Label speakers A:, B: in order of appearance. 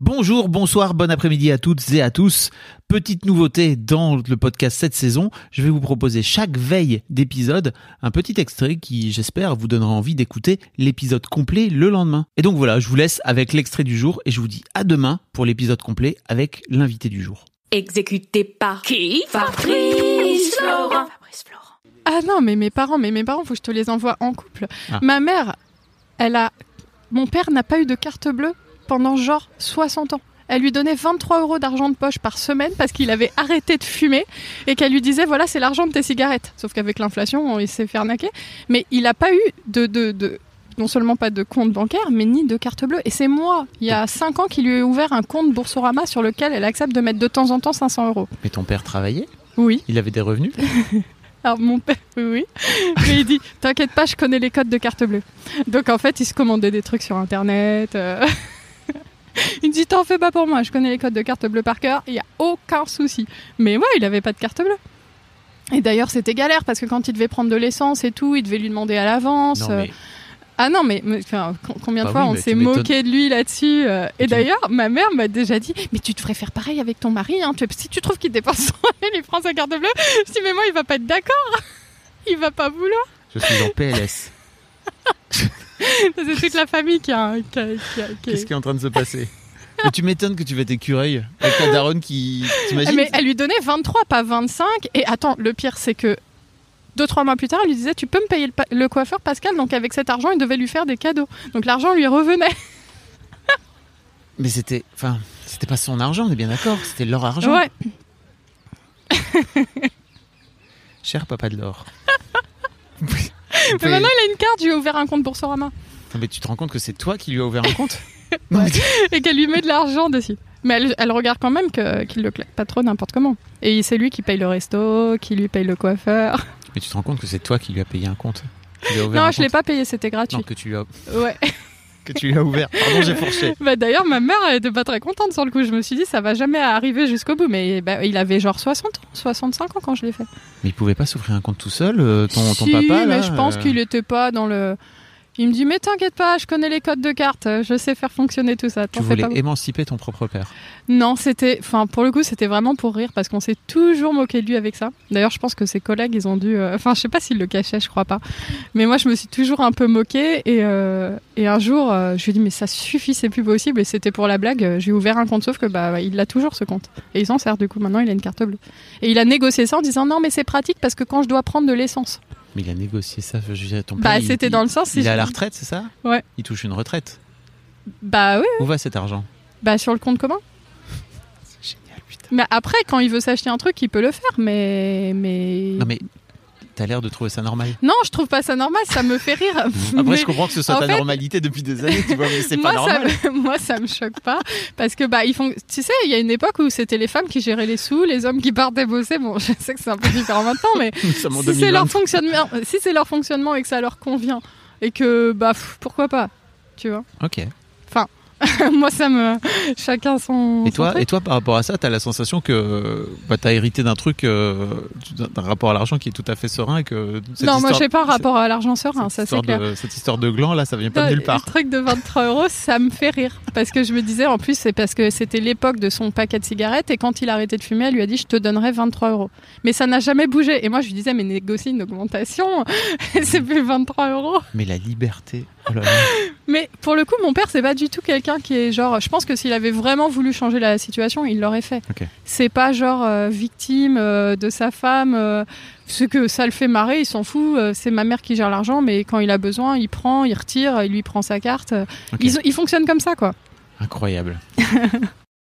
A: Bonjour, bonsoir, bon après-midi à toutes et à tous. Petite nouveauté dans le podcast cette saison, je vais vous proposer chaque veille d'épisode un petit extrait qui, j'espère, vous donnera envie d'écouter l'épisode complet le lendemain. Et donc voilà, je vous laisse avec l'extrait du jour et je vous dis à demain pour l'épisode complet avec l'invité du jour.
B: Exécuté par qui Fabrice Florent.
C: Ah non, mais mes parents, mais mes parents, faut que je te les envoie en couple.
A: Ah.
C: Ma mère, elle a, mon père n'a pas eu de carte bleue pendant genre 60 ans. Elle lui donnait 23 euros d'argent de poche par semaine parce qu'il avait arrêté de fumer et qu'elle lui disait voilà c'est l'argent de tes cigarettes. Sauf qu'avec l'inflation, il s'est fait arnaquer. Mais il n'a pas eu de, de, de- non seulement pas de compte bancaire, mais ni de carte bleue. Et c'est moi, il y a 5 ans, qui lui ai ouvert un compte Boursorama sur lequel elle accepte de mettre de temps en temps 500 euros.
A: Mais ton père travaillait
C: Oui.
A: Il avait des revenus
C: Alors mon père, oui, oui. Mais il dit, t'inquiète pas, je connais les codes de carte bleue. Donc en fait, il se commandait des trucs sur Internet. euh. Il me dit, t'en fais pas pour moi, je connais les codes de carte bleue par cœur, il n'y a aucun souci. Mais ouais, il avait pas de carte bleue. Et d'ailleurs, c'était galère parce que quand il devait prendre de l'essence et tout, il devait lui demander à l'avance.
A: Non,
C: euh,
A: mais
C: Ah non, mais, mais, enfin, com- combien de
A: Bah
C: fois
A: oui,
C: on
A: mais
C: s'est
A: tu m'étonnes.
C: moqué de lui là-dessus euh, Et
A: Tu-
C: d'ailleurs, ma mère m'a déjà dit Mais tu devrais faire pareil avec ton mari. hein, tu- Si tu trouves qu'il dépense son il prend sa carte bleue. Je dis Mais moi, il va pas être d'accord. Il va pas vouloir.
A: je suis en PLS.
C: C'est toute la famille qui a. Qui a- qui a- qui a-
A: Qu'est-ce qui est en train de se passer Mais tu m'étonnes que tu vas être écureuil avec ta daronne qui. T'imagines
C: Ah, Mais elle lui donnait 23, pas 25. Et attends, le pire, c'est que. Deux, trois mois plus tard, elle lui disait Tu peux me payer le, pa- le coiffeur Pascal Donc, avec cet argent, il devait lui faire des cadeaux. Donc, l'argent lui revenait.
A: Mais c'était. Enfin, c'était pas son argent, on est bien d'accord. C'était leur argent.
C: Ouais.
A: Cher papa de l'or.
C: Mais maintenant, il a une carte. Je lui ai ouvert un compte Boursorama.
A: Non, mais tu te rends compte que c'est toi qui lui as ouvert un compte Non, mais-
C: et qu'elle lui met de l'argent dessus. Mais elle, elle regarde quand même que- qu'il le claque pas trop n'importe comment. Et c'est lui qui paye le resto, qui lui paye le coiffeur.
A: Mais tu te rends compte que c'est toi qui lui as payé un compte Tu lui as ouvert
C: Non,
A: un
C: je l'ai
A: compte
C: pas payé, c'était gratuit.
A: Non, que tu lui as,
C: Ouais.
A: que tu lui as ouvert. Pardon, j'ai fourché.
C: Bah, D'ailleurs, ma mère, elle était pas très contente sur le coup. Je me suis dit, ça va jamais arriver jusqu'au bout. Mais bah, il avait genre 60 ans, 65 ans quand je l'ai fait.
A: Mais il pouvait pas s'ouvrir un compte tout seul, euh, ton, ton
C: Si,
A: papa là,
C: mais je pense
A: euh,
C: qu'il était pas dans le. Il me dit, mais t'inquiète pas, je connais les codes de carte, je sais faire fonctionner tout ça.
A: Tu
C: t'en fais
A: voulais
C: pas.
A: émanciper ton propre père.
C: Non, c'était, enfin pour le coup, c'était vraiment pour rire parce qu'on s'est toujours moqué de lui avec ça. D'ailleurs, je pense que ses collègues, ils ont dû, euh, enfin, je sais pas s'ils le cachaient, je crois pas. Mais moi, je me suis toujours un peu moqué et, euh, et un jour, euh, je lui ai dit mais ça suffit, c'est plus possible. Et c'était pour la blague. euh, J'ai ouvert un compte, sauf que bah il l'a toujours ce compte et il s'en sert du coup. Maintenant, il a une carte bleue et il a négocié ça en disant non mais c'est pratique parce que quand je dois prendre de l'essence,
A: Mais il a négocié ça. Je veux dire, ton
C: bah
A: père, il-
C: c'était
A: il-
C: dans le sens si
A: Il est à
C: je-
A: la retraite, c'est ça
C: Ouais.
A: Il touche une retraite.
C: bah oui,
A: Où va cet argent
C: bah sur le compte commun.
A: C'est génial, putain.
C: Mais après, quand il veut s'acheter un truc, il peut le faire, mais mais
A: Non mais t'as l'air de trouver ça normal.
C: Non, je trouve pas ça normal, ça me fait rire.
A: Après,
C: Mais
A: je comprends que ce soit
C: en
A: ta
C: fait-
A: normalité depuis des années, tu vois, mais c'est pas
C: moi, ça
A: normal.
C: me- moi, ça me choque pas. Parce que, bah, ils font. Tu sais, il y a une époque où c'était les femmes qui géraient les sous, les hommes qui partaient bosser. Bon, je sais que c'est un peu différent maintenant, mais
A: Nous sommes en
C: si c'est
A: 2020.
C: leur, fonctionnement- si c'est leur fonctionnement et que ça leur convient, et que, bah, pff, pourquoi pas Tu vois
A: Ok.
C: Moi, ça me. Chacun son.
A: Et
C: son
A: toi,
C: truc.
A: et toi, par rapport à ça, t'as la sensation que bah, t'as hérité d'un truc, euh, d'un d'un rapport à l'argent qui est tout à fait serein et que cette
C: Non, moi,
A: histoire-
C: j'ai pas un rapport à l'argent serein,
A: cette
C: ça c'est
A: histoire
C: clair.
A: de- cette histoire de gland là, ça vient pas de nulle part.
C: Le truc de 23 euros, ça me fait rire. Parce que je me disais, en plus, c'est parce que c'était l'époque de son paquet de cigarettes. Et quand il a arrêté de fumer, elle lui a dit, je te donnerai 23 euros. Mais ça n'a jamais bougé. Et moi, je lui disais, mais négocie une augmentation. c'est plus 23 euros.
A: Mais la liberté. oh là là.
C: Mais pour le coup, mon père, c'est pas du tout quelqu'un qui est genre. Je pense que s'il avait vraiment voulu changer la situation, il l'aurait fait.
A: Ok.
C: C'est pas genre euh, victime euh, de sa femme. euh, ce que ça le fait marrer, il s'en fout. euh, c'est ma mère qui gère l'argent, mais quand il a besoin, il prend, il retire, il lui prend sa carte. euh,
A: Ok.
C: Ils, ils fonctionnent comme ça, quoi.
A: Incroyable.